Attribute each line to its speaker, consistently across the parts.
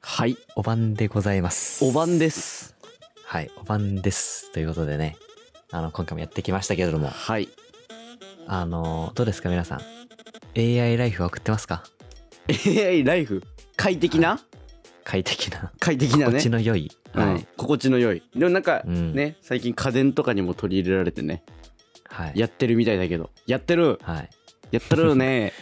Speaker 1: はい
Speaker 2: お晩でございます。
Speaker 1: お晩です
Speaker 2: はい、お晩です。ということでね、あの、今回もやってきましたけれども、
Speaker 1: はい
Speaker 2: あの、どうですか皆さん。AI ライフは送ってますか
Speaker 1: AI ライフ快適な、
Speaker 2: 快適な。
Speaker 1: 快適なね
Speaker 2: 心地の良い。
Speaker 1: うん
Speaker 2: はい。
Speaker 1: 心地の良いでもなんか、
Speaker 2: うん
Speaker 1: ね最近家電とかにも取り入れられてね
Speaker 2: はい。
Speaker 1: やってるみたいだけどやってる
Speaker 2: はい。
Speaker 1: やってる ね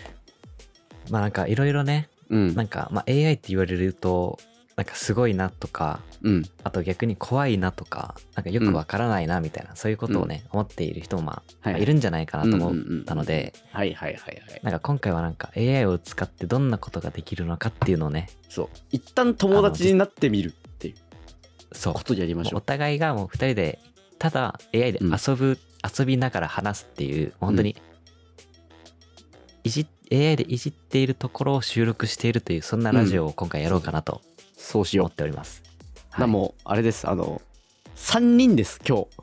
Speaker 2: まあなんかいろいろね、
Speaker 1: うん
Speaker 2: なんか、まあ AI って言われると、なんかすごいなとか、
Speaker 1: うん
Speaker 2: あと逆に怖いなとか、なんかよくわからないなみたいな、そういうことをね、思っている人もまあ、
Speaker 1: はい
Speaker 2: いるんじゃないかなと思ったので、
Speaker 1: はいはいはいはい
Speaker 2: なんか今回はなんか AI を使ってどんなことができるのかっていうのをね、
Speaker 1: そう一旦友達になってみるっていう
Speaker 2: そう
Speaker 1: こ、とでやりまし
Speaker 2: も
Speaker 1: ょ
Speaker 2: うお
Speaker 1: う
Speaker 2: 互いがもう2人でただ AI で
Speaker 1: うん
Speaker 2: 遊ぶ、遊びながら話すっていう本当にいじ AI でいじっているところを収録しているというそんなラジオを今回やろうかなと
Speaker 1: そうし
Speaker 2: 思
Speaker 1: よ
Speaker 2: っております、
Speaker 1: う、な
Speaker 2: はい
Speaker 1: もうあれですあの3人です今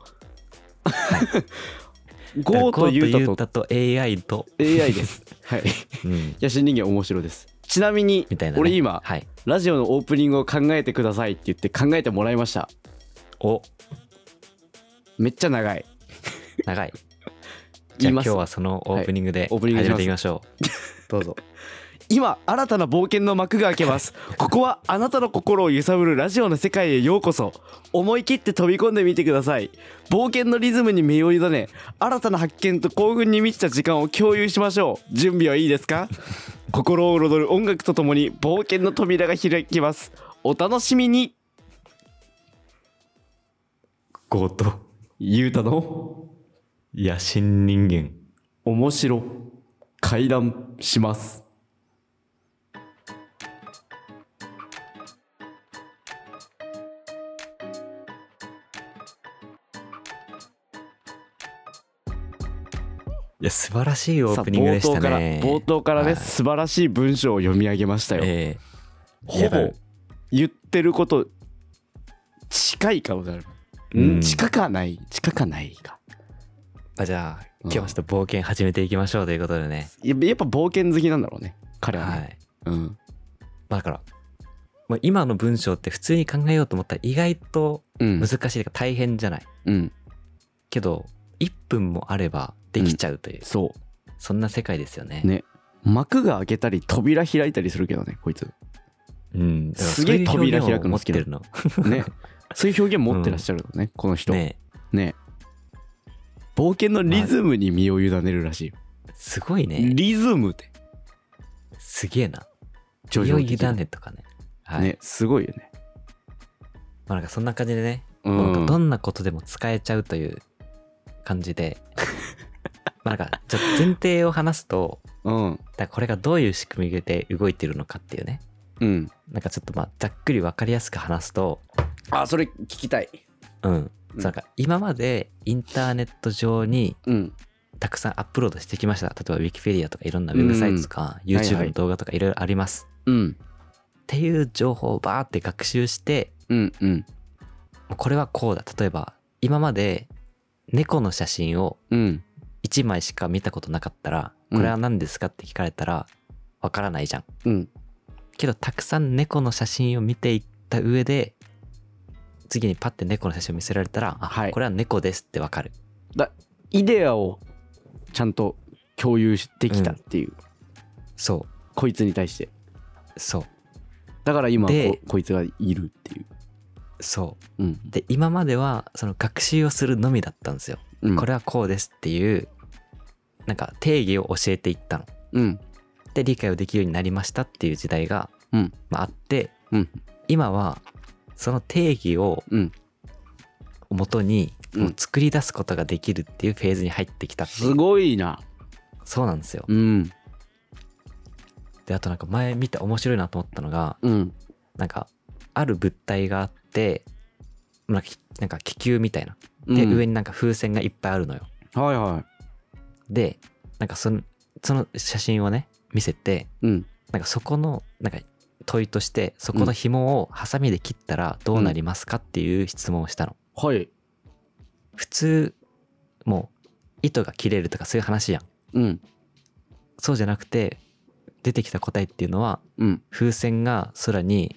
Speaker 1: 日
Speaker 2: だから
Speaker 1: GO とユータと
Speaker 2: ゴーとユータと AI と、
Speaker 1: AI ですはい
Speaker 2: うん
Speaker 1: 野心人間面白いですちなみに
Speaker 2: みたいな、ね、
Speaker 1: 俺今
Speaker 2: はい
Speaker 1: ラジオのオープニングを考えてくださいって言って考えてもらいました
Speaker 2: お
Speaker 1: めっちゃ長い
Speaker 2: 長いじゃ
Speaker 1: 言
Speaker 2: あ
Speaker 1: いま
Speaker 2: 今
Speaker 1: す
Speaker 2: 日はそのオープニングで
Speaker 1: オープニ
Speaker 2: 始
Speaker 1: ングします
Speaker 2: めていきましょ
Speaker 1: どうぞ今新たな冒険の幕が開け ますここはあなたの心を揺さぶるラジオの世界へようこそ思い切って飛び込んでみてください冒険のリズムに身を委ね新たな発見と興奮に満ちた時間を共有しましょう準備はいいです か心を彩る音楽とともに冒険の扉が開きますお楽しみに
Speaker 2: うと
Speaker 1: ゆうたの
Speaker 2: 野心人間
Speaker 1: 面白会談します
Speaker 2: いや素晴らしいオープニングでしたね
Speaker 1: さあ冒頭から冒頭からね、
Speaker 2: はい
Speaker 1: 素晴らしい文章を読み上げましたよ、
Speaker 2: ええ
Speaker 1: ほ
Speaker 2: やば
Speaker 1: ぼ
Speaker 2: い
Speaker 1: 言ってること近い顔である、
Speaker 2: うん
Speaker 1: 近かない近かないか
Speaker 2: まあ、じゃあ
Speaker 1: うん
Speaker 2: 今日はちょっと冒険始めていきましょうということでね、
Speaker 1: やっぱやっぱ冒険好きなんだろうね彼はね、
Speaker 2: はい、
Speaker 1: うん
Speaker 2: まあ、だから、まあ、今の文章って普通に考えようと思ったら意外と
Speaker 1: うん
Speaker 2: 難しいというか大変じゃない、
Speaker 1: うん
Speaker 2: けど1分もあればできちゃうという、
Speaker 1: そ
Speaker 2: そんな世界ですよね
Speaker 1: うね幕が開けたり扉開いたりするけどねこいつ
Speaker 2: うんだから
Speaker 1: すげえ
Speaker 2: そういう
Speaker 1: 扉
Speaker 2: 表現
Speaker 1: 開
Speaker 2: を
Speaker 1: く
Speaker 2: 持
Speaker 1: の
Speaker 2: っ
Speaker 1: 好き
Speaker 2: て
Speaker 1: な
Speaker 2: るの
Speaker 1: ねそういう表現持ってらっしゃるのね、この人ね
Speaker 2: ね
Speaker 1: 冒険のリズムに身を委ねるらしいよ、
Speaker 2: すごいね
Speaker 1: リズムって
Speaker 2: すげえな
Speaker 1: 徐
Speaker 2: いよ
Speaker 1: 々
Speaker 2: い
Speaker 1: に
Speaker 2: よだねとかねはい、
Speaker 1: ねすごいよね
Speaker 2: まあ、なんかそんな感じでね、
Speaker 1: う
Speaker 2: もうなん
Speaker 1: ん
Speaker 2: かどんなことでも使えちゃうという感 じでまあなんかちょっと前提を話すと
Speaker 1: うん
Speaker 2: だからこれがどういう仕組みで動いてるのかっていうね
Speaker 1: うん
Speaker 2: なんかちょっとまあざっくり分かりやすく話すと
Speaker 1: あそれ聞きたい
Speaker 2: うん、
Speaker 1: うん
Speaker 2: なんか今までインターネット上に
Speaker 1: うん
Speaker 2: たくさんアップロードしてきました例えば Wikipedia とかいろんなウェブサイトとか、
Speaker 1: んはいは
Speaker 2: YouTube
Speaker 1: い
Speaker 2: の動画とかいろいろあります、
Speaker 1: うん
Speaker 2: っていう情報をバーって学習して
Speaker 1: うんうん
Speaker 2: もうこれはこうだ例えば今まで猫の写真を
Speaker 1: うん
Speaker 2: 1枚しか見たことなかったら
Speaker 1: うん
Speaker 2: これは何ですかって聞かれたらわからないじゃん
Speaker 1: うん
Speaker 2: けどたくさん猫の写真を見ていった上で次にパッて猫の写真を見せられたら、あ
Speaker 1: はい
Speaker 2: これは猫ですってわかる
Speaker 1: イデアをちゃんと共有できたっていう、
Speaker 2: そ
Speaker 1: こいつに対して
Speaker 2: うそ
Speaker 1: だから今こ
Speaker 2: で
Speaker 1: こいつがいるっていう、
Speaker 2: うそ
Speaker 1: うん
Speaker 2: うで今まではその学習をするのみだったんですよ、
Speaker 1: うん、
Speaker 2: これはこうですっていうなんか定義を教えていったの
Speaker 1: うん
Speaker 2: で理解をできるようになりましたっていう時代が、
Speaker 1: うん
Speaker 2: まあ、あって、
Speaker 1: うん
Speaker 2: 今はその定義を
Speaker 1: うん
Speaker 2: 元に
Speaker 1: うん
Speaker 2: もう作り出すことができるっていうフェーズに入ってきたっていう
Speaker 1: すごいな
Speaker 2: そうなんですよ
Speaker 1: うん
Speaker 2: であとなんか前見て面白いなと思ったのが
Speaker 1: うん
Speaker 2: なんかある物体があってなんかなんか気球みたいな
Speaker 1: うん
Speaker 2: で、上になんか風船がいっぱいあるのよ
Speaker 1: はいは
Speaker 2: でなんかそのその写真をね見せて
Speaker 1: いうん
Speaker 2: なんかそこのなんか問いとしてそこの紐をハサミで切ったらどうなりますかっていう質問をしたの
Speaker 1: はい
Speaker 2: 普通もう糸が切れるとかそういう話やん
Speaker 1: うん
Speaker 2: そうじゃなくて出てきた答えっていうのは
Speaker 1: うん
Speaker 2: 風船が空に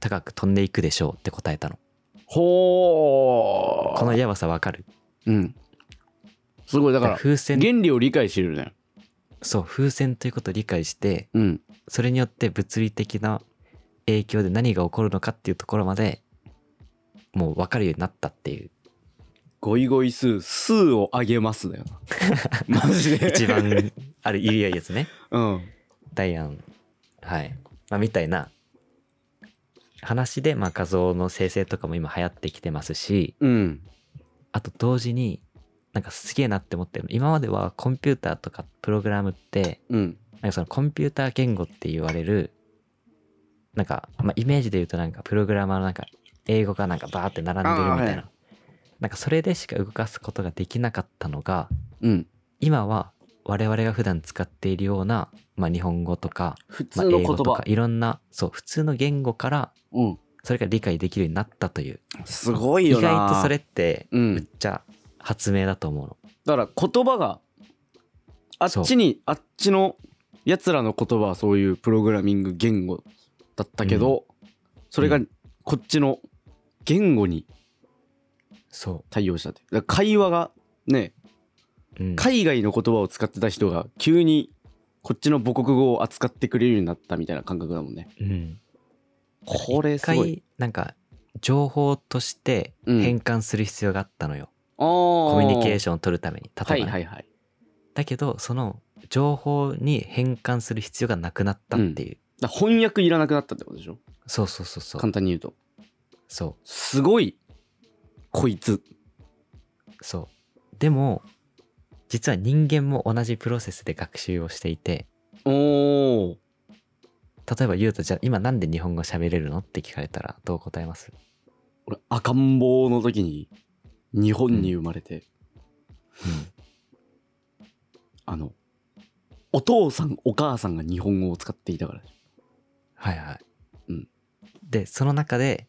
Speaker 2: 高く飛んでいくでしょうって答えたの。
Speaker 1: ほー
Speaker 2: このやばさわかる
Speaker 1: うんすごいだから
Speaker 2: 風船、
Speaker 1: 原理を理解してるね
Speaker 2: そう、風船ということを理解して、
Speaker 1: うん
Speaker 2: それによって物理的な影響で何が起こるのかっていうところまでもう分かるようになったっていう
Speaker 1: ゴイゴイスースーを上げますだ よなマジで
Speaker 2: 一番あれ言いやいやつ ね
Speaker 1: うん
Speaker 2: ダイアンはい、まあ、みたいな話で、まあ、画像の生成とかも今流行ってきてますし
Speaker 1: うん
Speaker 2: あと同時になんかすげえなって思ってる今まではコンピューターとかプログラムって
Speaker 1: うん
Speaker 2: なんかそのコンピューター言語って言われるなんか、まあ、イメージで言うとなんかプログラマーのなんか英語がなんかバーって並んでるみたい
Speaker 1: あーは
Speaker 2: な、なんかそれでしか動かすことができなかったのが
Speaker 1: うん
Speaker 2: 今は我々が普段使っているような、まあ、日本語とか、
Speaker 1: 普通
Speaker 2: まあ、
Speaker 1: の
Speaker 2: 英
Speaker 1: 言
Speaker 2: 語とか
Speaker 1: 葉、
Speaker 2: いろんなそう普通の言語から
Speaker 1: うん
Speaker 2: それが理解できるようになったという
Speaker 1: すごい
Speaker 2: 意
Speaker 1: よな
Speaker 2: 外とそれって
Speaker 1: うん
Speaker 2: めっちゃ発明だと思うの、
Speaker 1: だから言葉があっちにあっちのやつらの言葉はそういうプログラミング言語だったけど、それが
Speaker 2: う
Speaker 1: こっちの言語に
Speaker 2: そ
Speaker 1: 対応したってだから会話がね
Speaker 2: う、うん、
Speaker 1: 海外の言葉を使ってた人が急にこっちの母国語を扱ってくれるようになったみたいな感覚だもんね
Speaker 2: うん、
Speaker 1: これすごい
Speaker 2: 一回なんか情報として変換する必要があったのよ、コ
Speaker 1: コ
Speaker 2: ミュニケー
Speaker 1: シ
Speaker 2: ションを取るために例えば
Speaker 1: は
Speaker 2: ね、
Speaker 1: いはいはい
Speaker 2: だけどその情報に変換する必要がなくなったっていう、
Speaker 1: だから翻訳いらなくなったってことでしょ
Speaker 2: そうそうそうそう
Speaker 1: 簡単に言うと
Speaker 2: そ
Speaker 1: すごいこいつ
Speaker 2: うそうでも実は人間も同じプロセスで学習をしていて
Speaker 1: おお
Speaker 2: 例えば言うとじゃあ今なんで日本語喋れるのって聞かれたらどう答えます
Speaker 1: 俺赤ん坊の時に日本に生まれて、あのお父さんお母さんが日本語を使っていたから
Speaker 2: はいはい、
Speaker 1: うん
Speaker 2: でその中で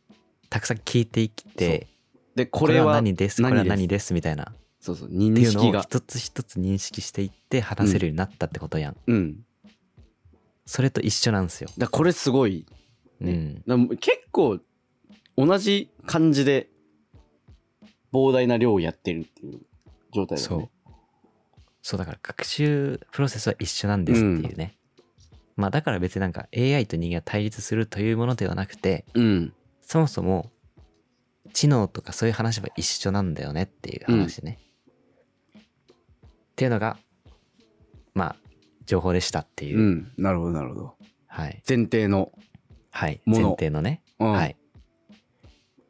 Speaker 2: たくさん聞いていきて
Speaker 1: でこ
Speaker 2: こ
Speaker 1: れ
Speaker 2: れは
Speaker 1: は
Speaker 2: 何ですこ
Speaker 1: 何
Speaker 2: れ
Speaker 1: です
Speaker 2: は何ですみたいな
Speaker 1: そうそう
Speaker 2: って
Speaker 1: 認
Speaker 2: いう
Speaker 1: 識
Speaker 2: のを
Speaker 1: が
Speaker 2: 一つ一つ認識していって話せるようになったってことやん、
Speaker 1: うん
Speaker 2: それと一緒なんですよ、
Speaker 1: だこれすごいね
Speaker 2: うん
Speaker 1: だ結構同じ感じで膨大な量をやってるっていう状態だよ
Speaker 2: そう
Speaker 1: ね
Speaker 2: そうだから学習プロセスは一緒なんですっていうね、まあだから別になんか AI と人間が対立するというものではなくて
Speaker 1: うん
Speaker 2: そもそも知能とかそういう話は一緒なんだよねっていう話ね、っていうのがまあ情報でしたっていう、
Speaker 1: うんなるほどなるほど
Speaker 2: はい
Speaker 1: 前提の、
Speaker 2: はい
Speaker 1: も
Speaker 2: 前
Speaker 1: の
Speaker 2: 提のね
Speaker 1: うん
Speaker 2: はい。っ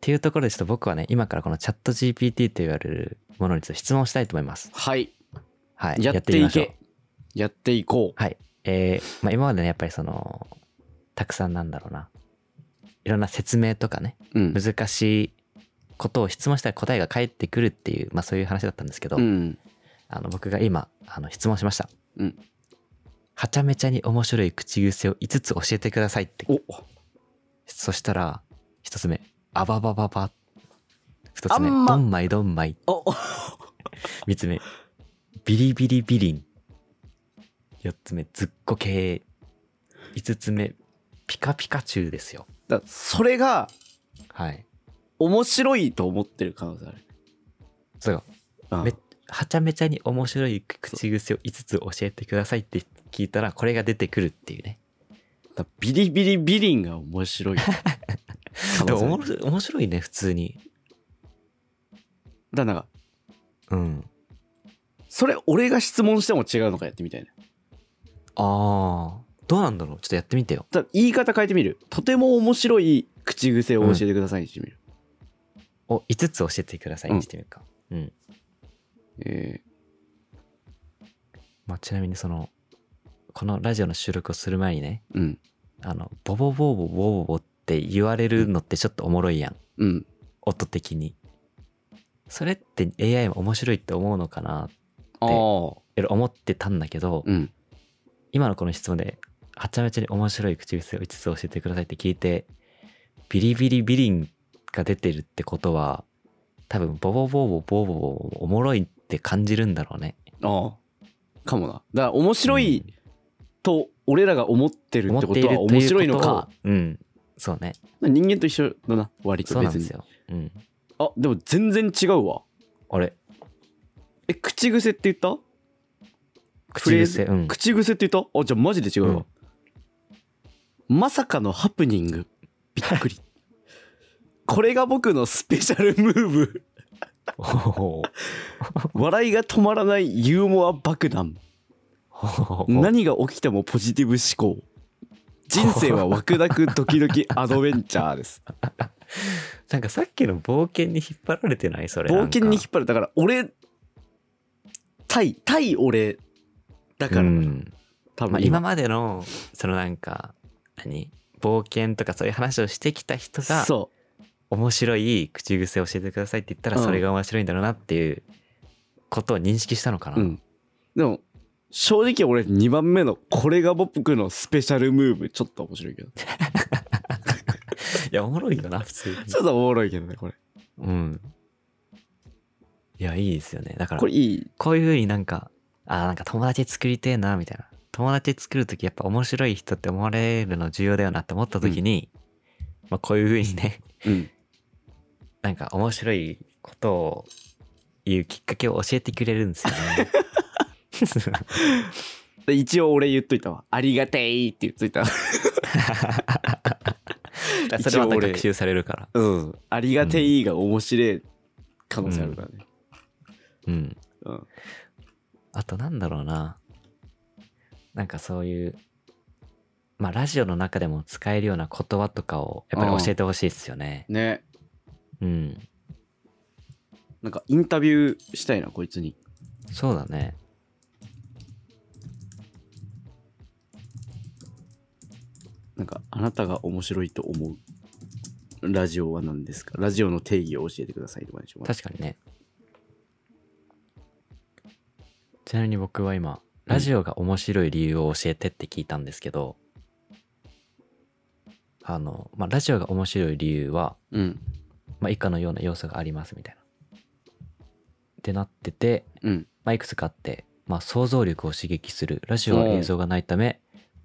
Speaker 2: ていうところでちょっと僕はね、今からこのチャット GPT と言われるものにちょっと質問したいと思います。
Speaker 1: はい
Speaker 2: はい。
Speaker 1: やって
Speaker 2: み
Speaker 1: い
Speaker 2: ましょう
Speaker 1: けやっていこう
Speaker 2: はい。えー、まあ今までね、やっぱりその、たくさんなんだろうな。いろんな説明とかね、
Speaker 1: うん
Speaker 2: 難しいことを質問したら答えが返ってくるっていう、まあそういう話だったんですけど、
Speaker 1: うん
Speaker 2: あの僕が今、あの質問しました。
Speaker 1: うん。
Speaker 2: はちゃめちゃに面白い口癖を5つ教えてくださいって
Speaker 1: お
Speaker 2: そしたら、一つ目、あばばばば。二
Speaker 1: あ
Speaker 2: つ目、
Speaker 1: んま
Speaker 2: どんまいどんまい。
Speaker 1: お
Speaker 2: 三つ目、ビリビリビリン。四つ目、ずっこけー。五つ目、ピカピカチュウですよ。
Speaker 1: だからそれが
Speaker 2: はい。
Speaker 1: 面白いと思ってる可能性ある
Speaker 2: そう。
Speaker 1: あ
Speaker 2: めはちゃめちゃに面白い口癖を5つ教えてくださいって聞いたら、これが出てくるっていうね。
Speaker 1: だビリビリビリンが面 白い可
Speaker 2: で
Speaker 1: 能性あ
Speaker 2: もおも
Speaker 1: る
Speaker 2: ろ面白いね、普通に。
Speaker 1: だからなんか
Speaker 2: うん。
Speaker 1: それ俺が質問しても違うのかやってみたいな
Speaker 2: ああ。どうなんだろうちょっとやってみてよ。
Speaker 1: だから言い方変えてみるとても面白い口癖を教えてくださいにしてみる、
Speaker 2: お、5つ教えてくださいにしてみるか。うん
Speaker 1: え
Speaker 2: まあ、ちなみにそのこのラジオの収録をする前にね
Speaker 1: ーうん
Speaker 2: あのボボボボボボボって言われるのってちょっとおもろいやん
Speaker 1: うん
Speaker 2: 音的にそれって AI も面白いって思うのかな
Speaker 1: ああ
Speaker 2: って思ってたんだけど、
Speaker 1: うん
Speaker 2: 今のこの質問ではちゃめちゃに面白い口癖を5つ教えてくださいって聞いてビリビリビリンが出てるってことは多分ボボボボボボボボおもろいって感じるんだろうね
Speaker 1: ああかもなだから面白いと俺らが思ってるってことは面白いのか
Speaker 2: うん、そうね。
Speaker 1: 人間と一緒だな割と
Speaker 2: そうなん
Speaker 1: 別
Speaker 2: で
Speaker 1: に
Speaker 2: すよ。うん。
Speaker 1: あでも全然違うわ
Speaker 2: あれ
Speaker 1: え口癖って言ったフ
Speaker 2: 口
Speaker 1: レーズ
Speaker 2: 癖、うん。
Speaker 1: 口癖って言ったあじゃあマジで違うわ、まさかのハプニングびっくりこれが僕のスペシャルムーブ
Speaker 2: おほ
Speaker 1: 笑いが止まらないユーモア爆弾
Speaker 2: ほ
Speaker 1: 何が起きてもポジティブ思考人生はワクワクドキド キアドベンチャーです
Speaker 2: なんかさっきの冒険に引っ張られてないそれ。
Speaker 1: 冒険に引
Speaker 2: っ
Speaker 1: っ張るだから俺対対俺だから、
Speaker 2: うん。
Speaker 1: 多
Speaker 2: まあ、
Speaker 1: 分
Speaker 2: 今
Speaker 1: 今,、
Speaker 2: までの、そのなんか、何冒険とかそういう話をしてきた人が、
Speaker 1: そ
Speaker 2: 面白い口癖を教えてくださいって言ったら、
Speaker 1: うん
Speaker 2: それが面白いんだろうなっていうことを認識したのかな。
Speaker 1: ううんでも正直俺2番目のこれが僕のスペシャルムーブちょっと面白いけど
Speaker 2: いや、おもろいよな、普通に。
Speaker 1: ちょっとおもろいけどねこれ
Speaker 2: うん。いや、いいですよね。だから、
Speaker 1: これいい
Speaker 2: こういうふうになんか、あーなんか友達作りてえな、みたいな。友達作るときやっぱ面白い人って思われるの重要だよなって思ったときに、まあこういうふうにね、
Speaker 1: うん
Speaker 2: なんか面白いことを言うきっかけを教えてくれるんですよね。
Speaker 1: で一応俺言っといたわありがていって言っといた
Speaker 2: だからそれは
Speaker 1: 一応
Speaker 2: また
Speaker 1: 俺
Speaker 2: 学習されるから。
Speaker 1: うん ありがていが面白い可能性あるからね
Speaker 2: うん。
Speaker 1: うん
Speaker 2: あとなんだろうな。なんかそういう、まあラジオの中でも使えるような言葉とかをやっぱり教えてほしいですよね。
Speaker 1: ね
Speaker 2: うん。
Speaker 1: なんかインタビューしたいなこいつに
Speaker 2: そうだね。
Speaker 1: なんかあなたが面白いと思うラジオは何ですかラジオの定義を教えてくださいとかでしょ
Speaker 2: 確かにね。ちなみに僕は今、ラジオが面白い理由を教えてって聞いたんですけど、あの、まあ、ラジオが面白い理由は、
Speaker 1: うん
Speaker 2: まあ、以下のような要素がありますみたいな。ってなってて、
Speaker 1: うん
Speaker 2: まあ、いくつかあって、まあ、想像力を刺激する。ラジオは映像がないため、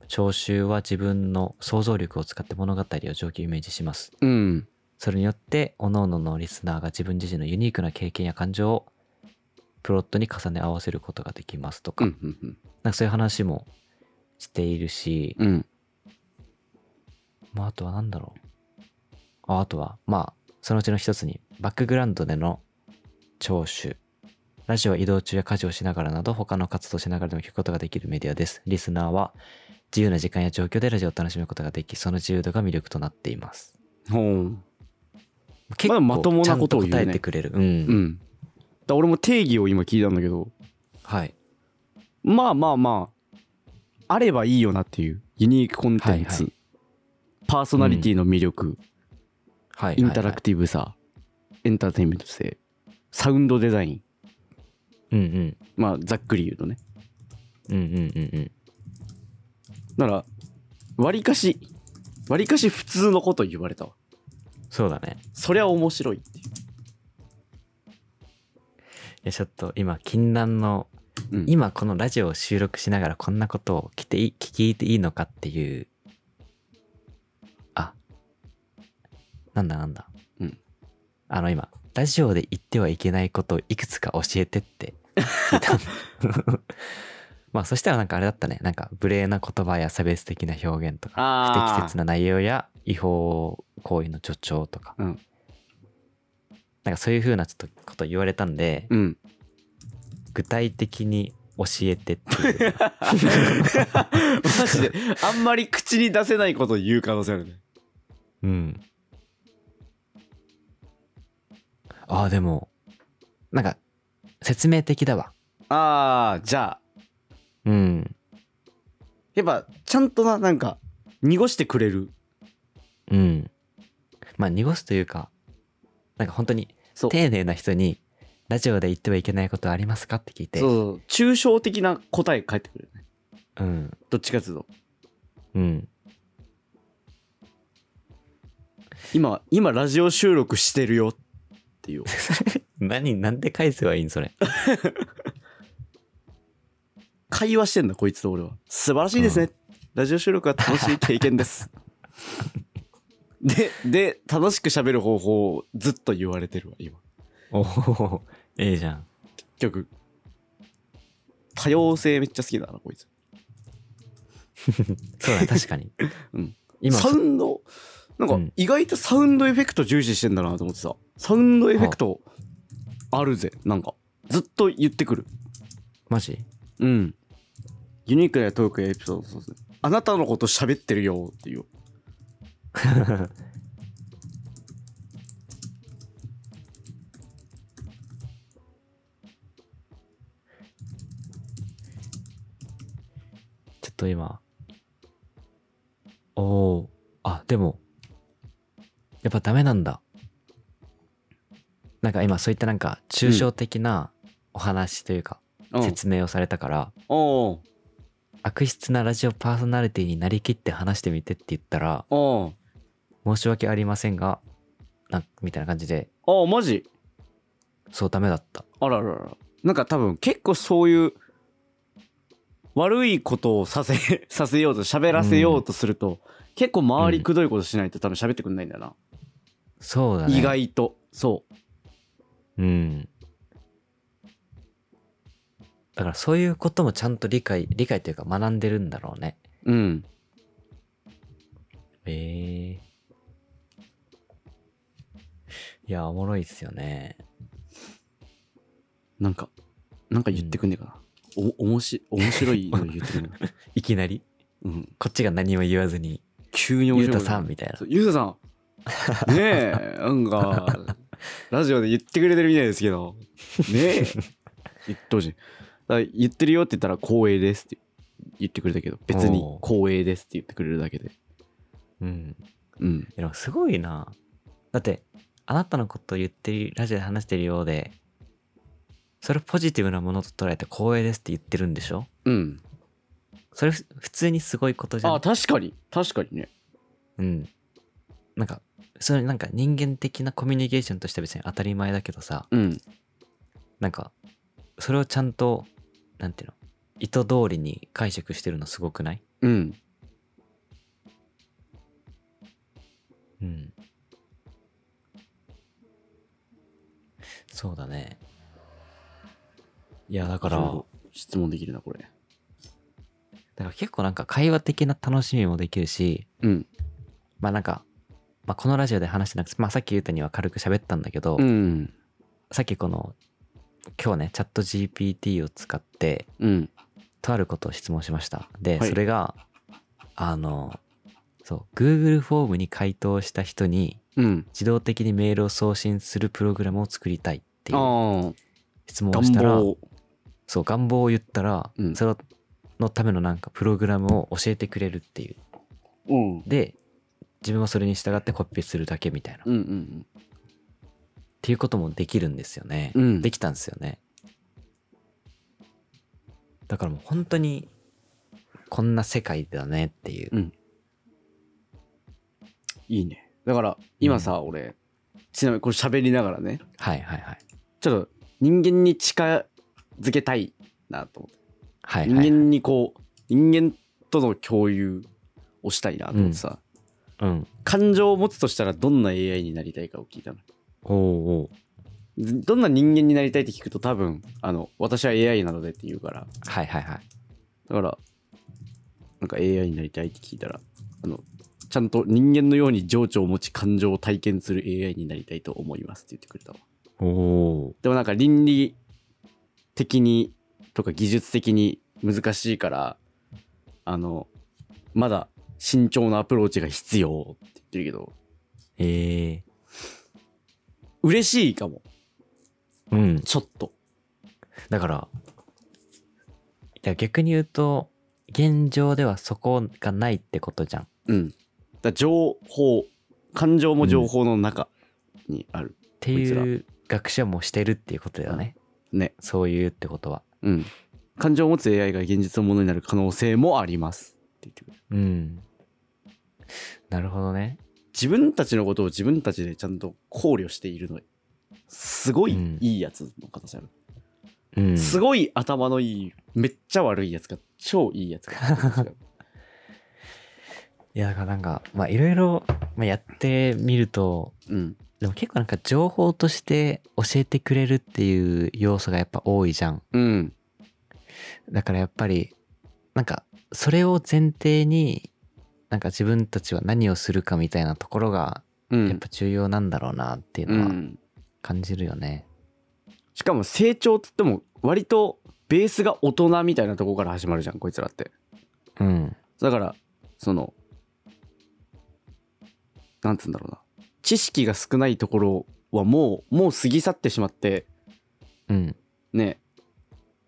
Speaker 2: 聴衆は自分の想像力を使って物語を上記イメージします。
Speaker 1: うん
Speaker 2: それによって、各々のリスナーが自分自身のユニークな経験や感情をプロットに重ね合わせることができますと
Speaker 1: う
Speaker 2: か、
Speaker 1: んうん
Speaker 2: なんかそういう話もしているし、
Speaker 1: うん
Speaker 2: まああとは何だろう。ああとは、まあ、そのうちの一つに、バックグラウンドでの聴取。ラジオは移動中や家事をしながらなど、他の活動をしながらでも聞くことができるメディアです。リスナーは自由な時間や状況でラジオを楽しむことができ、その自由度が魅力となっています。
Speaker 1: ほうん
Speaker 2: 結
Speaker 1: まあ
Speaker 2: 構、
Speaker 1: まとも
Speaker 2: ちゃ
Speaker 1: なんこと
Speaker 2: と
Speaker 1: を言うね
Speaker 2: 答えてくれる。う。
Speaker 1: うんんだから俺も定義を今聞いたんだけど
Speaker 2: はい。
Speaker 1: まあまあまああればいいよなっていうユニークコンテンツ、
Speaker 2: はいは
Speaker 1: パーソナリティの魅力、
Speaker 2: はい
Speaker 1: インタラクテ
Speaker 2: テ
Speaker 1: ィブさ、エンターテインメント性、サウンドデザイン、
Speaker 2: ィブ。うん
Speaker 1: まあ、ざっくり言うとね。
Speaker 2: うん。うんうんうんうん。
Speaker 1: なら、割かし、割かし普通のこと言われたわ。
Speaker 2: そうだね。
Speaker 1: そりゃ面白いってい
Speaker 2: いや、ちょっと今、禁断の、
Speaker 1: う。うん、
Speaker 2: 今このラジオを収録しながらこんなことを聞いていい、聞いていいのかっていう、あ、なんだなんだ。
Speaker 1: うん。
Speaker 2: あの今、ラジオで言ってはいけないことをいくつか教えてって聞 いたの まあそしたらなんかあれだったね。なんか無礼な言葉や差別的な表現とか、不
Speaker 1: あー
Speaker 2: 適切な内容や違法行為の助長とか、
Speaker 1: うん
Speaker 2: なんかそういうふうなちょっとこと言われたんで、
Speaker 1: うん。
Speaker 2: 具体的に教えてっていう
Speaker 1: マジで、あんまり口に出せないこと言う可能性あるね。
Speaker 2: うんああでもなんか説明的だわ
Speaker 1: あー、じゃあ、
Speaker 2: うん
Speaker 1: やっぱ、ちゃんとな、なんか、濁してくれる。
Speaker 2: うんまあ濁すというかなんか本当に
Speaker 1: そう。
Speaker 2: 丁寧な人にラジオで言ってはいけないことありますかって聞いて
Speaker 1: そうそう抽象的な答え返ってくる、ね。
Speaker 2: うん
Speaker 1: どっちかっていうと。
Speaker 2: うん
Speaker 1: 今、今、ラジオ収録してるよって いう。
Speaker 2: 何なんで返せばいいんそれ
Speaker 1: 会話してんだこいつ と俺は素晴らしいですね、ラジオ収録は楽しい経験ですでで楽しく喋る方法をずっと言われてるわ今
Speaker 2: おお、ええじゃん。
Speaker 1: 結局多様性めっちゃ好きだなこいつ。
Speaker 2: そうだね、確かに
Speaker 1: うん、
Speaker 2: 今、
Speaker 1: サウンドなんか
Speaker 2: うん
Speaker 1: 意外とサウンドエフェクト重視してんだなと思ってさサウンドエフェクトあるぜなんかずっと言ってくる
Speaker 2: マジ
Speaker 1: うんユニークなトークやエピソードそうですねあなたのこと喋ってるよっていう
Speaker 2: ちょっと今。おお。あ、でも、やっぱダメなんだ。なんか今そういったなんか抽象的なお話というか
Speaker 1: うん
Speaker 2: 説明をされたから、
Speaker 1: お
Speaker 2: 悪質なラジオパーソナリティになりきって話してみてって言ったら
Speaker 1: おお
Speaker 2: 申し訳ありませんが、なんみたいな感じで、
Speaker 1: おあマジ
Speaker 2: そうダメだった。
Speaker 1: あららら。なんか多分結構そういう悪いことをさせ させようと喋らせようとすると、結構周りくどいことしないと多分喋ってくんないんだよな、
Speaker 2: そうだね。
Speaker 1: 意。外とそう
Speaker 2: うん。だからそういうこともちゃんと理解、理解というか学んでるんだろうね。
Speaker 1: うん
Speaker 2: ええいや、おもろいっすよね。
Speaker 1: なんかなんか言ってくんねえかな、おおもし面白いの言ってくんね えかな、
Speaker 2: いきなり、
Speaker 1: うん、
Speaker 2: こっちが何も言わずに、
Speaker 1: 急に面
Speaker 2: ゆう
Speaker 1: 白い
Speaker 2: たさんみたいな。
Speaker 1: そうゆうたさんねえなん かラジオで言ってくれてるみたいですけどねえ 言ってほしいだから言ってるよって言ったら光栄ですって言ってくれたけど別に
Speaker 2: おう
Speaker 1: 光栄ですって言ってくれるだけで
Speaker 2: うん。
Speaker 1: うん
Speaker 2: いや、でもすごいな。だって、あなたのこと言ってる、ラジオで話してるようで、それをポジティブなものと捉えて光栄ですって言ってるんでしょ
Speaker 1: うん
Speaker 2: それふ普通にすごいことじゃん
Speaker 1: あ確かに確かにね
Speaker 2: うん。なんか、それなんか人間的なコミュニケーションとして別に当たり前だけどさ、
Speaker 1: うん
Speaker 2: なんか、それをちゃんと、なんていうの、意図通りに解釈してるのすごくない
Speaker 1: うん
Speaker 2: うん。そうだね。いや、だから、
Speaker 1: ち
Speaker 2: だ
Speaker 1: ょう
Speaker 2: か
Speaker 1: ど質問できるなこれ
Speaker 2: ら結構なんか会話的な楽しみもできるし、
Speaker 1: うん
Speaker 2: まあなんか、まあこのラジオで話してなくて、まあさっき言ったには軽く喋ったんだけど、
Speaker 1: うん
Speaker 2: さっきこの、今日ね、チャット GPT を使って、
Speaker 1: うん
Speaker 2: とあることを質問しました。で、
Speaker 1: はい
Speaker 2: それが、あの、そう、Google フォームに回答した人に
Speaker 1: うん
Speaker 2: 自動的にメールを送信するプログラムを作りたいっていう
Speaker 1: あ
Speaker 2: 質問
Speaker 1: あ
Speaker 2: をしたら
Speaker 1: 願、望
Speaker 2: そう、願望を言ったら、
Speaker 1: うん
Speaker 2: それのためのなんかプログラムを教えてくれるっていう。
Speaker 1: うん
Speaker 2: で、自分はそれに従ってコピーするだけみたいな。っ
Speaker 1: うんうん
Speaker 2: ていうこともできるんですよね。
Speaker 1: うん
Speaker 2: できたんですよね。だからもう本当に、こんな世界だねっていう。
Speaker 1: いいねだから今さ、俺ちなみにこれ喋りながらね
Speaker 2: はいはいはい。
Speaker 1: ちょっと人間に近づけたいなと思って、
Speaker 2: はいはい。
Speaker 1: 人間にこう人間との共有をしたいなと思ってさ、
Speaker 2: うん。
Speaker 1: 感情を持つとしたらどんな AI になりたいかを聞いたの
Speaker 2: おうおう
Speaker 1: どんな人間になりたいって聞くと多分あの私は AI なのでって言うから
Speaker 2: はいはいはい。
Speaker 1: だからなんか AI になりたいって聞いたらあのちゃんと人間のように情緒を持ち感情を体験する AI になりたいと思いますって言ってくれたわ
Speaker 2: おお
Speaker 1: でもなんか倫理的にとか技術的に難しいからあのまだ慎重なアプローチが必要って言ってるけど
Speaker 2: ええ
Speaker 1: 嬉しいかも
Speaker 2: うん。
Speaker 1: ちょっと
Speaker 2: だから、だから逆に言うと、現状ではそこがないってことじゃん。
Speaker 1: うんだから情報感情も情報の中にある、
Speaker 2: っていう学習はもうしてるっていうことだよね。
Speaker 1: ね
Speaker 2: そういうってことは。
Speaker 1: うん感情を持つ AI が現実のものになる可能性もありますって言ってくれる
Speaker 2: うん。なるほどね。
Speaker 1: 自分たちのことを自分たちでちゃんと考慮しているのすご
Speaker 2: う
Speaker 1: い
Speaker 2: ん
Speaker 1: いいやつの形だよね
Speaker 2: うん。
Speaker 1: すごい頭 のいいめっちゃ悪いやつか超いいやつか
Speaker 2: いいやだからなんかまあいろいろまあやってみると
Speaker 1: うん
Speaker 2: でも結構なんか情報として教えてくれるっていう要素がやっぱ多いじゃん
Speaker 1: うん
Speaker 2: だからやっぱりなんかそれを前提になんか自分たちは何をするかみたいなところが
Speaker 1: うん
Speaker 2: やっぱ重要なんだろうなっていう
Speaker 1: う
Speaker 2: のは
Speaker 1: ん
Speaker 2: 感じるよね、
Speaker 1: しかも成長っつっても割とベースが大人みたいなとこから始まるじゃんこいつらって
Speaker 2: うん
Speaker 1: だからそのなんつうんだろうな知識が少ないところはもうもう過ぎ去ってしまって
Speaker 2: うん
Speaker 1: ね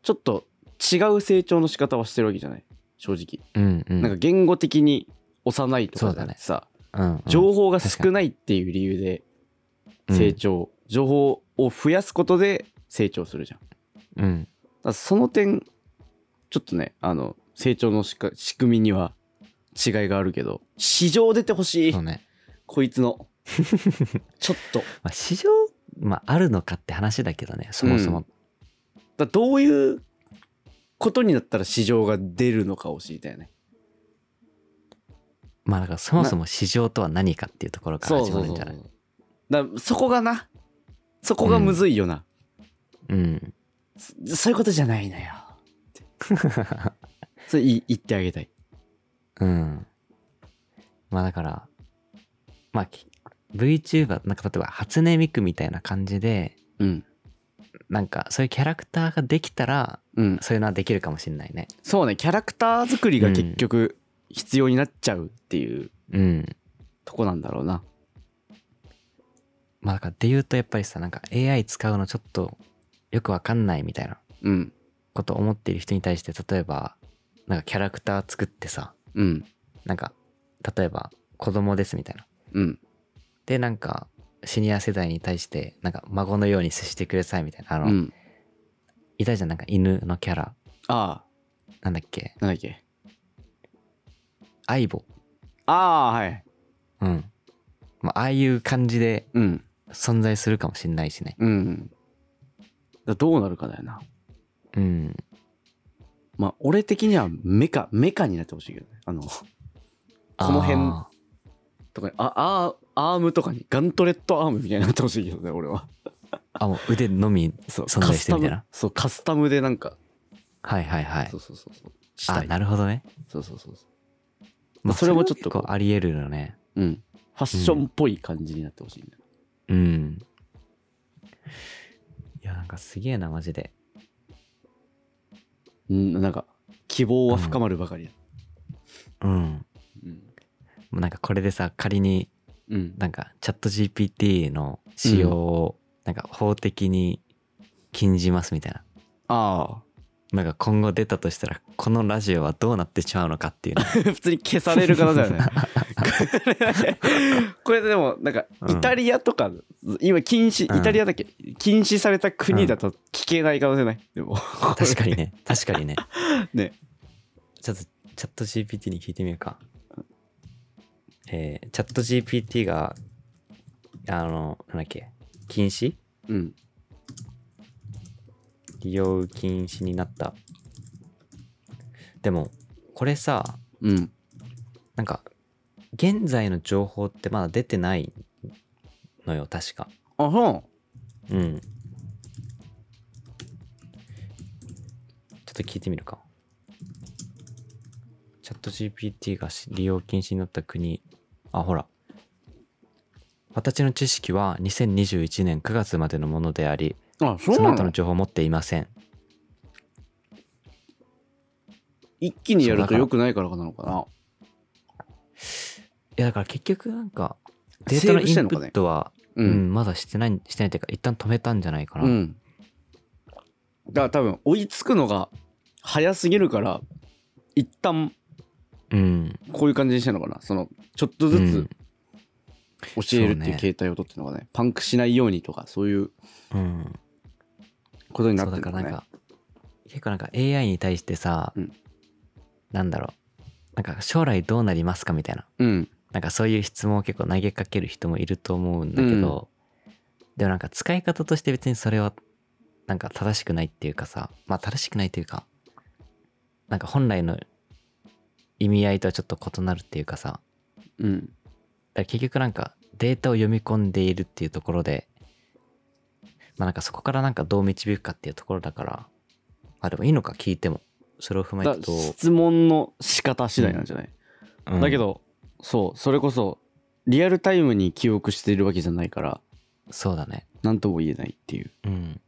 Speaker 1: ちょっと違う成長の仕方はしてるわけじゃない正直、
Speaker 2: うんうん
Speaker 1: なんか言語的に幼いとか
Speaker 2: そう
Speaker 1: じ
Speaker 2: だ
Speaker 1: ゃな
Speaker 2: ね
Speaker 1: くてさ、
Speaker 2: うんうん
Speaker 1: 情報が少ないっていう理由で成長、情報を増やすことで成長するじゃんだか
Speaker 2: うん
Speaker 1: らその点ちょっとねあの成長のしか仕組みには違いがあるけど市場出てほしい
Speaker 2: そうね、
Speaker 1: こいつのちょっと
Speaker 2: まあ、市場、まあ、あるのかって話だけどねそもそも、
Speaker 1: だどういうことになったら市場が出るのかを知りたいよね
Speaker 2: まあだからそもそも市場とは何かっていうところから始まるんじゃない
Speaker 1: そうだからそこがなそこがむずいよな、
Speaker 2: うん
Speaker 1: そそういうことじゃないのよってそれい言ってあげたい
Speaker 2: うんまあだからまあき VTuber なんか例えば初音ミクみたいな感じで
Speaker 1: うん
Speaker 2: なんかそういうキャラクターができたら
Speaker 1: うん
Speaker 2: そういうのはできるかもしれないね
Speaker 1: そうねキャラクター作りが結局必要になっちゃうっていう
Speaker 2: うん
Speaker 1: とこなんだろうな
Speaker 2: まあだからで言うとやっぱりさなんか AI 使うのちょっとよくわかんないみたいな
Speaker 1: うん
Speaker 2: こと思っている人に対して例えばなんかキャラクター作ってさ
Speaker 1: うん
Speaker 2: なんか例えば子供ですみたいな
Speaker 1: うん
Speaker 2: でなんかシニア世代に対してなんか孫のように接してくださいみたいなあ
Speaker 1: う
Speaker 2: の、
Speaker 1: ん
Speaker 2: いたじゃんなんか犬のキャラ
Speaker 1: あ
Speaker 2: なんだっけ
Speaker 1: あなんだっけ
Speaker 2: 相棒
Speaker 1: ああはい
Speaker 2: うん、まあ、ああいう感じで
Speaker 1: うん
Speaker 2: 存在するかもしんないしね
Speaker 1: うんだどうなるかだよな
Speaker 2: うん
Speaker 1: まあ俺的にはメカメカになってほしいけどねあのこの辺
Speaker 2: あ
Speaker 1: とかにああアームとかにガントレットアームみたいになってほしいけどね俺は
Speaker 2: ーあもう腕のみ
Speaker 1: そう
Speaker 2: 存在してみたいな
Speaker 1: カスタムそうカスタムでなんか
Speaker 2: はいはいはい
Speaker 1: そうそうそうそうした
Speaker 2: あ
Speaker 1: い
Speaker 2: なるほどね、
Speaker 1: そうそうそうそ
Speaker 2: まあ、
Speaker 1: それもちょっと
Speaker 2: そは結構ありえるよね
Speaker 1: ううんファッションっぽい感じになってほしいね
Speaker 2: うんいやなんかすげえなマジで
Speaker 1: うん、なんか希望は深まるばかりだ。
Speaker 2: うん
Speaker 1: うん。
Speaker 2: もうなんかこれでさ仮に
Speaker 1: うん。
Speaker 2: なんかチャット GPT の使用をなんか法的に禁じますみたいな、
Speaker 1: ああ。
Speaker 2: なんか今後出たとしたらこのラジオはどうなってしまうのかっていうね
Speaker 1: 普通に消される方だよ ね。これでもなんか
Speaker 2: うん
Speaker 1: イタリアとか、今禁止、
Speaker 2: うん
Speaker 1: イタリアだっけ禁止された国だと聞けない可能性ない。でも。
Speaker 2: 確かにね確かにね
Speaker 1: ね。
Speaker 2: ちょっとチャット GPT に聞いてみようかえー、チャット GPT があのなんだっけ禁止
Speaker 1: うん。
Speaker 2: 利用禁止になったでもこれさ
Speaker 1: うん。
Speaker 2: なんか現在の情報ってまだ出てないのよ確か
Speaker 1: あ、そ
Speaker 2: うんちょっと聞いてみるかチャット GPT がし利用禁止になった国あほら私の知識は2021年9月までのものであり
Speaker 1: う。あ、そ
Speaker 2: そう
Speaker 1: な
Speaker 2: の後の
Speaker 1: の
Speaker 2: 情報を持っていません
Speaker 1: 一気にや
Speaker 2: そう
Speaker 1: る
Speaker 2: だ
Speaker 1: と
Speaker 2: から
Speaker 1: 良くないからかなのかな。
Speaker 2: いやだから結局なんかデータのインプットは、
Speaker 1: う。
Speaker 2: うんん、まだしてないしてないというか一旦止めたんじゃないかな、
Speaker 1: うん。だから多分追いつくのが早すぎるから、一旦
Speaker 2: うん
Speaker 1: こういう感じにしてるのかな。その、ちょっとずつ教えるって
Speaker 2: そう
Speaker 1: いう
Speaker 2: ね
Speaker 1: 形態をとってるのがねパンクしないようにとかそういう
Speaker 2: うん、うん
Speaker 1: ことになっ
Speaker 2: そう
Speaker 1: て
Speaker 2: だ
Speaker 1: る
Speaker 2: か
Speaker 1: の
Speaker 2: ら
Speaker 1: ね
Speaker 2: なんか、結構なんか AI に対してさ、
Speaker 1: うん
Speaker 2: なんだろうなんか将来どうなりますかみたいな
Speaker 1: うん
Speaker 2: なんかそういう質問を結構投げかける人もいると思うんだけど、でもなんか使い方として別にそれはなんか正しくないっていうかさまあ正しくないというかなんか本来の意味合いとはちょっと異なるっていうかさ
Speaker 1: うん
Speaker 2: だから結局なんかデータを読み込んでいるっていうところでまあなんかそこからなんかどう導くかっていうところだからあでもいいのか聞いてもそれを踏まえ
Speaker 1: だ
Speaker 2: てどう、
Speaker 1: 質問の仕方次第なんじゃない、
Speaker 2: うん
Speaker 1: だけどそうそれこそリアルタイムに記憶しているわけじゃないから
Speaker 2: そうだね
Speaker 1: 何とも言えないっていう
Speaker 2: うん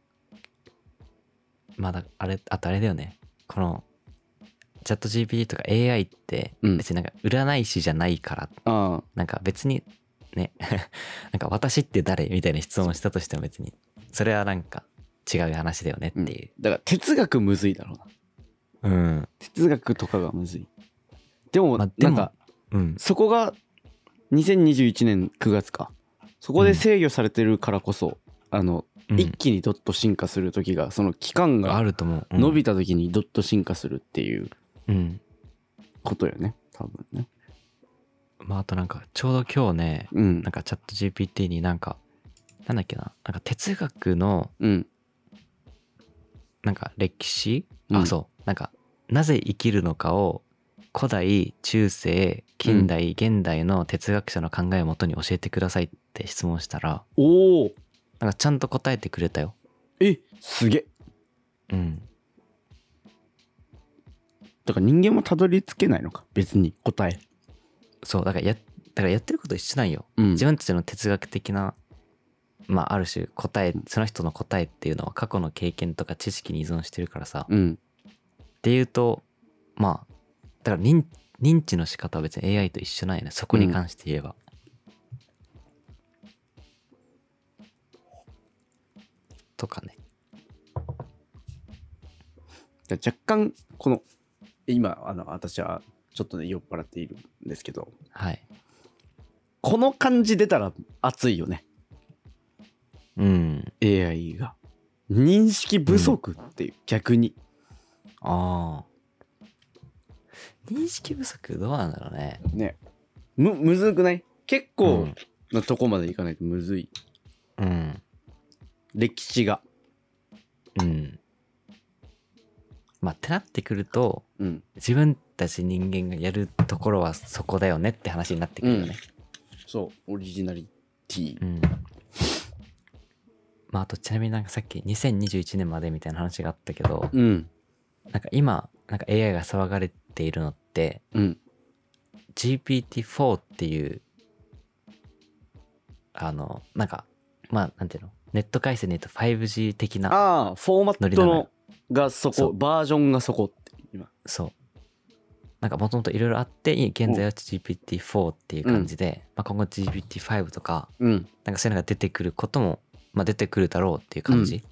Speaker 2: まだあれあとあれだよねこのチャット GPT とか AI って
Speaker 1: うん
Speaker 2: 別になんか占い師じゃないから、
Speaker 1: ああ
Speaker 2: なんか別にね なんか私って誰みたいな質問をしたとしても別にそれはなんか違う話だよね
Speaker 1: う
Speaker 2: っ
Speaker 1: ん
Speaker 2: ていう、
Speaker 1: だから哲学むずいだろうな
Speaker 2: うん
Speaker 1: 哲学とかがむずいでも,、
Speaker 2: まあでも
Speaker 1: なんか
Speaker 2: うん、
Speaker 1: そこが2021年9月かそこで制御されてるからこそ、あの
Speaker 2: うん
Speaker 1: 一気にどっと進化する時がその期間
Speaker 2: あ
Speaker 1: が
Speaker 2: ると思う、うん
Speaker 1: 伸びた時にどっと進化するっていう
Speaker 2: うん
Speaker 1: ことよね多分ね
Speaker 2: まああとなんかちょうど今日ね
Speaker 1: うん
Speaker 2: なんかチャット GPT になんかなんだっけななんか哲学の
Speaker 1: うん
Speaker 2: なんか歴史、
Speaker 1: う
Speaker 2: あ
Speaker 1: ん
Speaker 2: そうなんかなぜ生きるのかを古代中世近代現代の哲学者の考えをもとに教えてくださいって質問したら
Speaker 1: おお
Speaker 2: なんかちゃんと答えてくれたよ
Speaker 1: えすげえ
Speaker 2: うん
Speaker 1: だから人間もたどり着けないのか別に答え
Speaker 2: そうだからやだからやってること一緒なんよ
Speaker 1: うん
Speaker 2: 自分たちの哲学的なまあある種答えその人の答えっていうのは過去の経験とか知識に依存してるからさ、
Speaker 1: うん
Speaker 2: っていうとまあだから認認知の仕方は別に AI と一緒なんやねそこに関して言えば、とかね
Speaker 1: だから若干この今あの私はちょっとね酔っ払っているんですけど
Speaker 2: はい
Speaker 1: この感じ出たら熱いよね
Speaker 2: うん
Speaker 1: AI が認識不足っていう、逆に
Speaker 2: ああ認識不足どうなんだろうね
Speaker 1: ねむむずくない結構
Speaker 2: ん
Speaker 1: なとこまでいかないとむずい
Speaker 2: うん、
Speaker 1: 歴史が
Speaker 2: うん、まあってなってくると
Speaker 1: うん
Speaker 2: 自分たち人間がやるところはそこだよねって話になってくるよね、
Speaker 1: そうオリジナリティ
Speaker 2: うん。まあ、あとちなみになんかさっき2021年までみたいな話があったけど、
Speaker 1: うん
Speaker 2: なんか今、なんか AI が騒がれているのって、
Speaker 1: うん
Speaker 2: GPT-4 っていう、あの、なんか、まあ、なんていうのネット回線で言うと 5G 的な、
Speaker 1: ああフォーマット
Speaker 2: ノリなの
Speaker 1: の
Speaker 2: よ
Speaker 1: がそこ
Speaker 2: そう
Speaker 1: バージョンがそこって今
Speaker 2: そう。なんかもともといろいろあって、現在は GPT-4 っていう感じで、まあ今後 GPT-5 とか、
Speaker 1: うん
Speaker 2: なんかそういうのが出てくることも、まあ、出てくるだろうっていう感じ、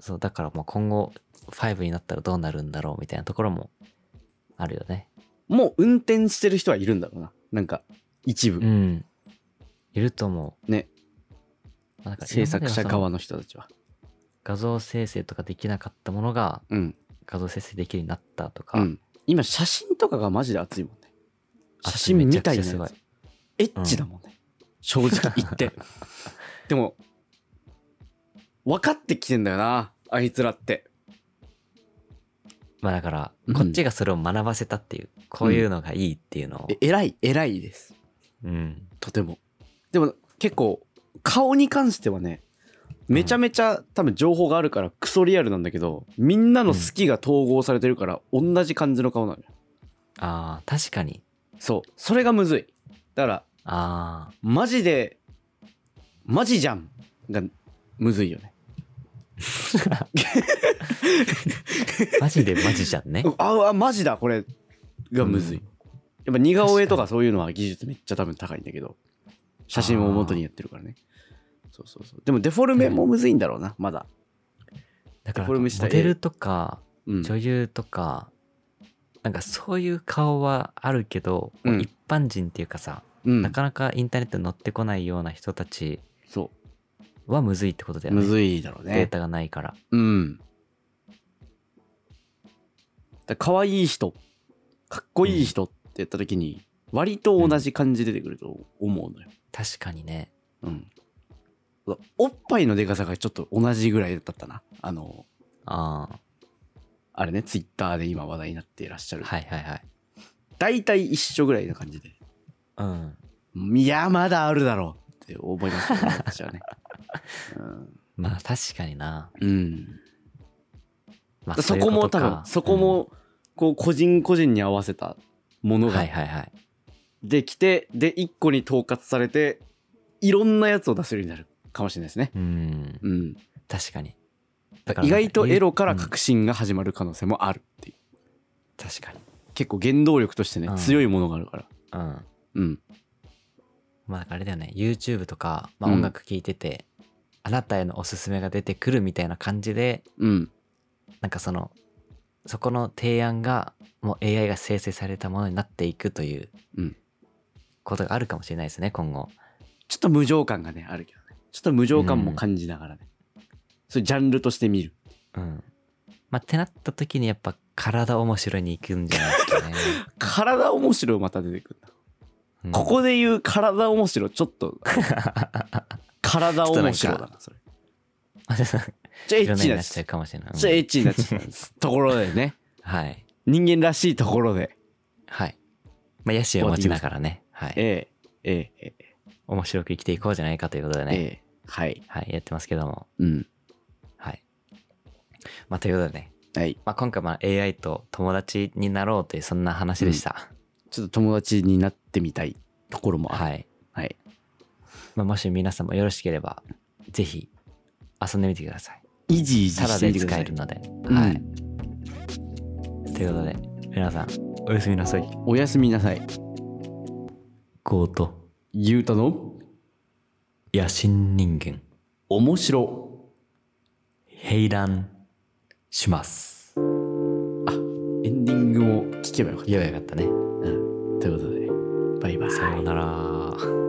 Speaker 2: そうだからもう今後5になったらどうなるんだろうみたいなところもあるよね
Speaker 1: もう運転してる人はいるんだろうななんか一部、
Speaker 2: うんいると思う
Speaker 1: ね
Speaker 2: まあなんか今
Speaker 1: 制
Speaker 2: まで
Speaker 1: 作
Speaker 2: は
Speaker 1: 者
Speaker 2: その
Speaker 1: 側の人たちは
Speaker 2: 画像生成とかできなかったものが
Speaker 1: うん、
Speaker 2: 画像生成できるようになったとか、
Speaker 1: うん、今写真とかがマジで熱いもんね
Speaker 2: あ
Speaker 1: 写真みたいな
Speaker 2: めちゃくちゃすご
Speaker 1: や
Speaker 2: い
Speaker 1: つエッチだもんね、正直言 ってでも分かってきてんだよなあいつらって
Speaker 2: まあだから
Speaker 1: うん
Speaker 2: こっちがそれを学ばせたっていう、こういうのがいいっていうのを
Speaker 1: え偉い偉いです
Speaker 2: うん
Speaker 1: とてもでも結構顔に関してはねめちゃめちゃ多分情報があるからクソリアルなんだけどみんなの好きが統合されてるから同じ感じの顔なのよ
Speaker 2: あー確かに
Speaker 1: そうそれがむずいだから
Speaker 2: ああ
Speaker 1: マジでマジじゃんがむずいよね
Speaker 2: マジでマジじゃんね
Speaker 1: ああマジだこれがむずい、
Speaker 2: うん
Speaker 1: やっぱ似顔絵とかそういうのは技術めっちゃ多分高いんだけど写真を元にやってるからねそうそうそうでもデフォルメもむずいんだろうなまだ
Speaker 2: だから
Speaker 1: フォルムした
Speaker 2: モデルとか
Speaker 1: うん
Speaker 2: 女優とか、なんかそういう顔はあるけど、
Speaker 1: うん
Speaker 2: 一般人っていうかさ、
Speaker 1: うん
Speaker 2: なかなかインターネットに載ってこないような人たち
Speaker 1: そう
Speaker 2: はむずいってことだよね
Speaker 1: むずいだろうね。
Speaker 2: データがないから
Speaker 1: うん。だ可愛い人、かっこいい人って言った時に、割と同じ感じ出てくると思うのよ。
Speaker 2: 確かにね
Speaker 1: うん。おっぱいのでかさがちょっと同じぐらいだったな。あの、
Speaker 2: ああ
Speaker 1: あれね、ツイッターで今話題になっていらっしゃる。
Speaker 2: はいはいはい
Speaker 1: 大体一緒ぐらいな感じで
Speaker 2: うん。
Speaker 1: いやまだあるだろうって思いましたね私 はね
Speaker 2: まあ確かにな。
Speaker 1: うん、うん
Speaker 2: まあ、
Speaker 1: だそこも
Speaker 2: ういう
Speaker 1: 多
Speaker 2: とか
Speaker 1: 分そこ、もこう個人個人に合わせたも
Speaker 2: う
Speaker 1: の
Speaker 2: んはい
Speaker 1: が
Speaker 2: はいはい。
Speaker 1: できて、で一個に統括されていろんなやつを出せるようになるかもしれないですね
Speaker 2: うん。
Speaker 1: うん
Speaker 2: 確かに。
Speaker 1: 意外とエロから
Speaker 2: く
Speaker 1: 革新が始まる可能性もあるっていう
Speaker 2: 確かに。
Speaker 1: 結構原動力としてね
Speaker 2: うん
Speaker 1: 強いものがあるから
Speaker 2: うん。
Speaker 1: うん
Speaker 2: まあなんかあれだよね YouTube とか、まあ、
Speaker 1: うん
Speaker 2: 音楽聴いてて、あなたへのおすすめが出てくるみたいな感じで
Speaker 1: うん
Speaker 2: なんかそのそこの提案がもう AI が生成されたものになっていくという、
Speaker 1: うん
Speaker 2: ことがあるかもしれないですね今後
Speaker 1: ちょっと無情感がねあるけどねちょっと無情感も感じながらね、そういうジャンルとして見る
Speaker 2: うんまあってなった時にやっぱ体面白いに行くんじゃないで すかね、
Speaker 1: 体面白いまた出てくるな、
Speaker 2: うん
Speaker 1: ここで言う体面白いちょっと体面 白だなそれちょ
Speaker 2: い
Speaker 1: エッ
Speaker 2: ろんな
Speaker 1: チ
Speaker 2: に
Speaker 1: な
Speaker 2: なっ
Speaker 1: やつ
Speaker 2: ちゃうかもしれない、うん
Speaker 1: ちょエッチになっちゃったところでね
Speaker 2: はい
Speaker 1: 人間らしいところで
Speaker 2: はいまあ野心を持ちながらね、はい、
Speaker 1: えええええ
Speaker 2: 面白く生きていこうじゃないかということで
Speaker 1: え
Speaker 2: ね、
Speaker 1: ええはい
Speaker 2: はいやってますけども
Speaker 1: うん
Speaker 2: はい。まあ、ということでね、
Speaker 1: はい
Speaker 2: まあ、今回は AI と友達になろうというそんな話でした。
Speaker 1: ちょっと友達になってみたいところもある
Speaker 2: はい。
Speaker 1: はい、
Speaker 2: まあ、もし皆さんもよろしければ、ぜひ遊んでみてください。
Speaker 1: イジイジ
Speaker 2: ただ
Speaker 1: して
Speaker 2: で
Speaker 1: みてくだ
Speaker 2: 使
Speaker 1: さ
Speaker 2: え
Speaker 1: い
Speaker 2: るので。
Speaker 1: うん
Speaker 2: はい。ということで、皆さん、おやすみなさい。
Speaker 1: おやすみなさい
Speaker 2: 強盗、
Speaker 1: ゆうたの
Speaker 2: 野心人間、
Speaker 1: 面白
Speaker 2: 平乱します。
Speaker 1: エンディングも聞けばよかった
Speaker 2: 言えばよかったね。
Speaker 1: うんということでバイバイ
Speaker 2: さようなら。